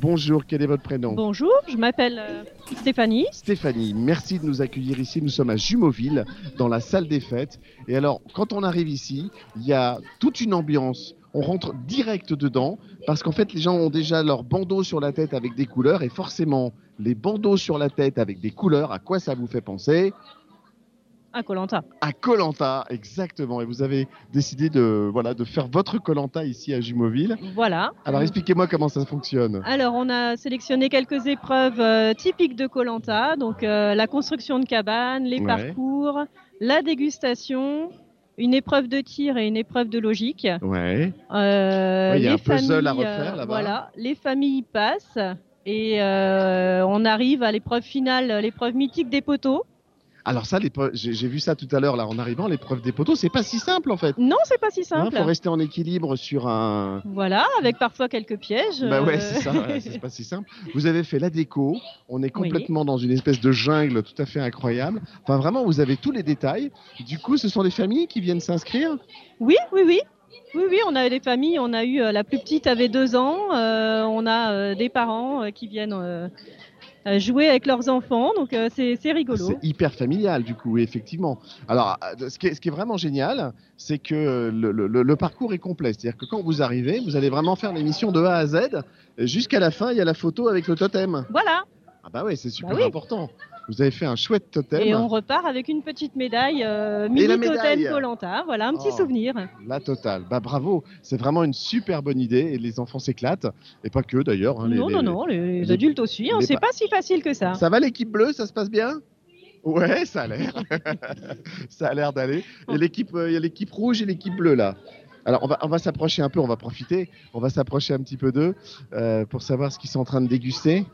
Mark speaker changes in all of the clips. Speaker 1: Bonjour, quel est votre prénom
Speaker 2: Bonjour, je m'appelle euh, Stéphanie.
Speaker 1: Stéphanie, merci de nous accueillir ici. Nous sommes à Jumeauville, dans la salle des fêtes. Et alors, quand on arrive ici, il y a toute une ambiance. On rentre direct dedans parce qu'en fait, les gens ont déjà leurs bandeaux sur la tête avec des couleurs. Et forcément, les bandeaux sur la tête avec des couleurs, à quoi ça vous fait penser
Speaker 2: À Colanta.
Speaker 1: À Colanta, exactement. Et vous avez décidé de, voilà, de faire votre Colanta ici à Jumeauville.
Speaker 2: Voilà.
Speaker 1: Alors, expliquez-moi comment ça fonctionne.
Speaker 2: Alors, on a sélectionné quelques épreuves euh, typiques de Colanta, donc euh, la construction de cabanes, les
Speaker 1: Ouais.
Speaker 2: parcours, la dégustation, une épreuve de tir et une épreuve de logique.
Speaker 1: Ouais.
Speaker 2: Euh,
Speaker 1: Ouais, il y a
Speaker 2: les
Speaker 1: un puzzle à
Speaker 2: familles, euh,
Speaker 1: refaire, là-bas.
Speaker 2: Voilà, les familles passent et euh, on arrive à l'épreuve finale, l'épreuve mythique des poteaux.
Speaker 1: Alors ça, l'épreuve- j'ai j'ai vu ça tout à l'heure là en arrivant, l'épreuve des poteaux, c'est pas si simple en fait.
Speaker 2: Non, c'est pas si
Speaker 1: Il
Speaker 2: simple.
Speaker 1: faut rester en équilibre sur un.
Speaker 2: Voilà, avec parfois quelques pièges.
Speaker 1: Bah ouais,
Speaker 2: euh,
Speaker 1: c'est ça. ouais, c'est pas si simple. Vous avez fait la déco. On est complètement dans une espèce de jungle tout à fait incroyable. Enfin vraiment, vous avez tous les détails. Du coup, ce sont des familles qui viennent s'inscrire.
Speaker 2: Oui, oui, oui. Oui, oui, on a des familles. On a eu euh, la plus petite avait deux ans. euh, on a euh, des parents euh, qui viennent euh, euh, jouer avec leurs enfants. Donc euh, c'est c'est rigolo.
Speaker 1: C'est hyper familial du coup, oui, effectivement. Alors, euh, ce qui est, ce qui est vraiment génial, c'est que le, le- le- le parcours est complet. C'est-à-dire que quand vous arrivez, vous allez vraiment faire l'émission de A à Z. Jusqu'à la fin, il y a la photo avec le totem.
Speaker 2: Voilà.
Speaker 1: Ah bah ouais, c'est super
Speaker 2: oui.
Speaker 1: important. Vous avez fait un chouette totem.
Speaker 2: Et on repart avec une petite médaille euh, mini
Speaker 1: la médaille.
Speaker 2: totem Colanta. Voilà, un petit
Speaker 1: Oh.
Speaker 2: souvenir.
Speaker 1: La totale. Bah bravo, c'est vraiment une super bonne idée et les enfants s'éclatent. Et pas que d'ailleurs. hein, les-
Speaker 2: non,
Speaker 1: les-
Speaker 2: non, non, les,
Speaker 1: les-
Speaker 2: adultes aussi. hein,
Speaker 1: les
Speaker 2: c'est
Speaker 1: pa-
Speaker 2: pas si facile que ça.
Speaker 1: Ça va l'équipe bleue, ça se passe bien Ouais, ça a l'air. ça a l'air d'aller. Et l'équipe, euh, il y a l'équipe rouge et l'équipe bleue là. Alors on va, on va s'approcher un peu, on va profiter, on va s'approcher un petit peu d'eux euh, pour savoir ce qu'ils sont en train de déguster.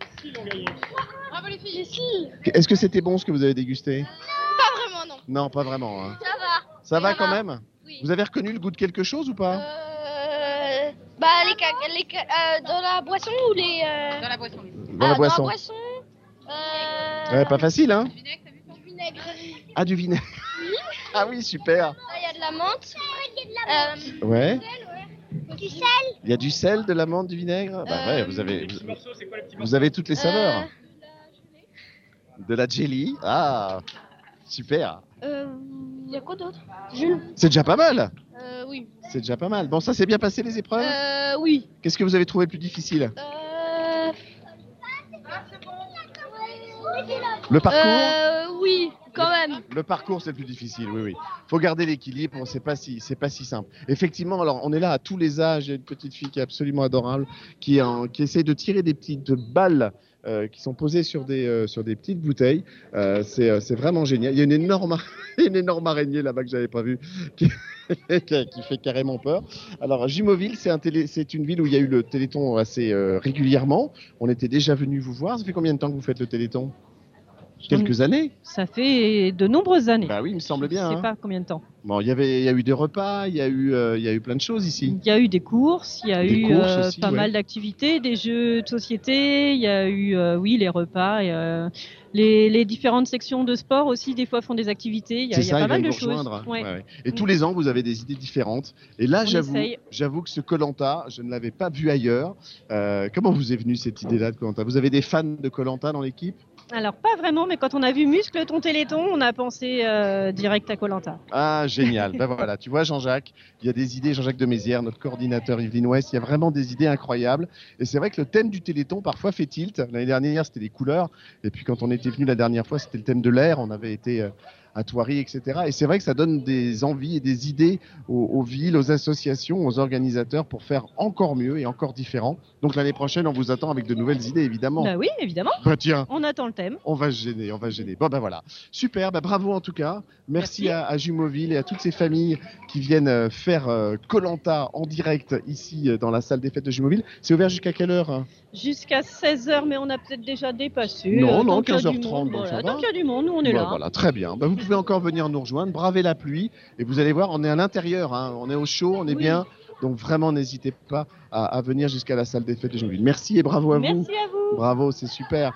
Speaker 3: Bravo les filles ici
Speaker 1: Est-ce que c'était bon ce que vous avez dégusté
Speaker 3: Pas vraiment non.
Speaker 1: Non, pas vraiment. hein.
Speaker 3: Ça va.
Speaker 1: Ça va
Speaker 3: Ça
Speaker 1: quand
Speaker 3: va.
Speaker 1: même
Speaker 3: Oui.
Speaker 1: Vous avez reconnu le goût de quelque chose ou pas
Speaker 3: Euh, bah les, ca- les ca- euh, dans la boisson ou les euh,
Speaker 4: Dans la boisson.
Speaker 1: Dans la
Speaker 3: ah,
Speaker 1: boisson.
Speaker 3: boisson. Euh,
Speaker 1: Ouais, pas facile hein
Speaker 4: Du vinaigre, t'as vu
Speaker 3: du vinaigre.
Speaker 1: Ah, du vinaigre Ah oui, super
Speaker 3: Là il y a de la menthe. Euh,
Speaker 1: Ouais.
Speaker 3: du sel.
Speaker 1: Il y a du sel, de l'amande, du vinaigre Bah ouais,
Speaker 3: Euh,
Speaker 1: vous avez,
Speaker 5: Les
Speaker 1: vous,
Speaker 5: petits morceaux, c'est quoi les petits morceaux
Speaker 1: vous avez toutes les saveurs.
Speaker 3: Euh,
Speaker 1: De la jelly Ah Super
Speaker 3: euh, il y a quoi d'autre Jules.
Speaker 1: C'est déjà pas mal
Speaker 3: Euh, oui.
Speaker 1: C'est déjà pas mal. Bon, ça s'est bien passé les épreuves
Speaker 3: Euh, oui.
Speaker 1: Qu'est-ce que vous avez trouvé le plus difficile
Speaker 3: Euh,
Speaker 1: Le parcours
Speaker 3: euh, oui, quand même.
Speaker 1: Le parcours, c'est le plus difficile, oui, oui. faut garder l'équilibre, c'est pas si, c'est pas si simple. Effectivement, alors on est là à tous les âges. Il y a une petite fille qui est absolument adorable, qui, est en- qui essaie de tirer des petites balles euh, qui sont posées sur des, euh, sur des petites bouteilles. Euh, c'est, euh, c'est vraiment génial. Il y a une énorme, ar- une énorme araignée là-bas que j'avais pas vue, qui, qui fait carrément peur. Alors Jumeauville, c'est un télé, c'est une ville où il y a eu le Téléthon assez euh, régulièrement. On était déjà venu vous voir. Ça fait combien de temps que vous faites le Téléthon Quelques années
Speaker 2: Ça fait de nombreuses années.
Speaker 1: Bah oui, il me semble bien.
Speaker 2: Je sais
Speaker 1: hein.
Speaker 2: pas combien de temps.
Speaker 1: Bon, il y avait, il y a eu des repas, il y a eu, euh, il y a eu plein de choses ici.
Speaker 2: Il y a eu des courses, il y a
Speaker 1: Des
Speaker 2: eu
Speaker 1: courses
Speaker 2: euh,
Speaker 1: aussi,
Speaker 2: pas
Speaker 1: ouais.
Speaker 2: mal d'activités, des jeux de société, il y a eu euh, oui les repas, et, euh, les, les différentes sections de sport aussi des fois font des activités. Il y a,
Speaker 1: C'est
Speaker 2: il y a
Speaker 1: ça,
Speaker 2: pas
Speaker 1: ils
Speaker 2: mal
Speaker 1: viennent
Speaker 2: de
Speaker 1: nous
Speaker 2: choses.
Speaker 1: rejoindre.
Speaker 2: Ouais.
Speaker 1: Ouais, ouais. Et
Speaker 2: Mm.
Speaker 1: tous les ans, vous avez des idées différentes. Et là,
Speaker 2: On
Speaker 1: Ah, j'avoue,
Speaker 2: essaye.
Speaker 1: j'avoue que ce Colanta, je ne l'avais pas vu ailleurs. Euh, comment vous est venue cette idée-là de Colanta Vous avez des fans de Colanta dans l'équipe
Speaker 2: Alors pas vraiment, mais quand on a vu Muscle ton Téléthon, on a pensé euh, direct à Colanta.
Speaker 1: Ah, génial. ben voilà, tu vois, Jean-Jacques, il y a des idées. Jean-Jacques de Mézières, notre coordinateur Yveline Ouest, il y a vraiment des idées incroyables. Et c'est vrai que le thème du Téléthon parfois fait tilt. L'année dernière, c'était les couleurs. Et puis quand on était venu la dernière fois, c'était le thème de l'air. On avait été euh, à Thoiry, etc. Et c'est vrai que ça donne des envies et des idées aux, aux villes, aux associations, aux organisateurs pour faire encore mieux et encore différent. Donc l'année prochaine, on vous attend avec de nouvelles idées, évidemment.
Speaker 2: Bah oui, évidemment.
Speaker 1: Bah tiens,
Speaker 2: On attend le thème.
Speaker 1: on va se gêner, on va se gêner. Bon, ben voilà. Super, ben bravo en tout cas. Merci,
Speaker 2: Merci.
Speaker 1: À, à Jumeauville et à toutes ces familles qui viennent euh, faire Colanta en direct ici euh, dans la salle des fêtes de Jumeauville. C'est ouvert jusqu'à quelle heure hein
Speaker 2: Jusqu'à 16h, mais on a peut-être déjà dépassé.
Speaker 1: Non, non,
Speaker 2: tant qu'il y a du
Speaker 1: 15h30,
Speaker 2: monde,
Speaker 1: donc ça va.
Speaker 2: voilà. Tant qu'il y a du monde, nous on est
Speaker 1: Bah,
Speaker 2: là.
Speaker 1: Voilà, très bien. Ben, vous pouvez encore venir nous rejoindre, braver la pluie. Et vous allez voir, on est à l'intérieur, hein. on est au chaud, on est
Speaker 2: Oui.
Speaker 1: bien. Donc vraiment, n'hésitez pas à, à venir jusqu'à la salle des fêtes de Jumeauville. Merci et bravo à vous.
Speaker 2: Merci à vous.
Speaker 1: Bravo, c'est super.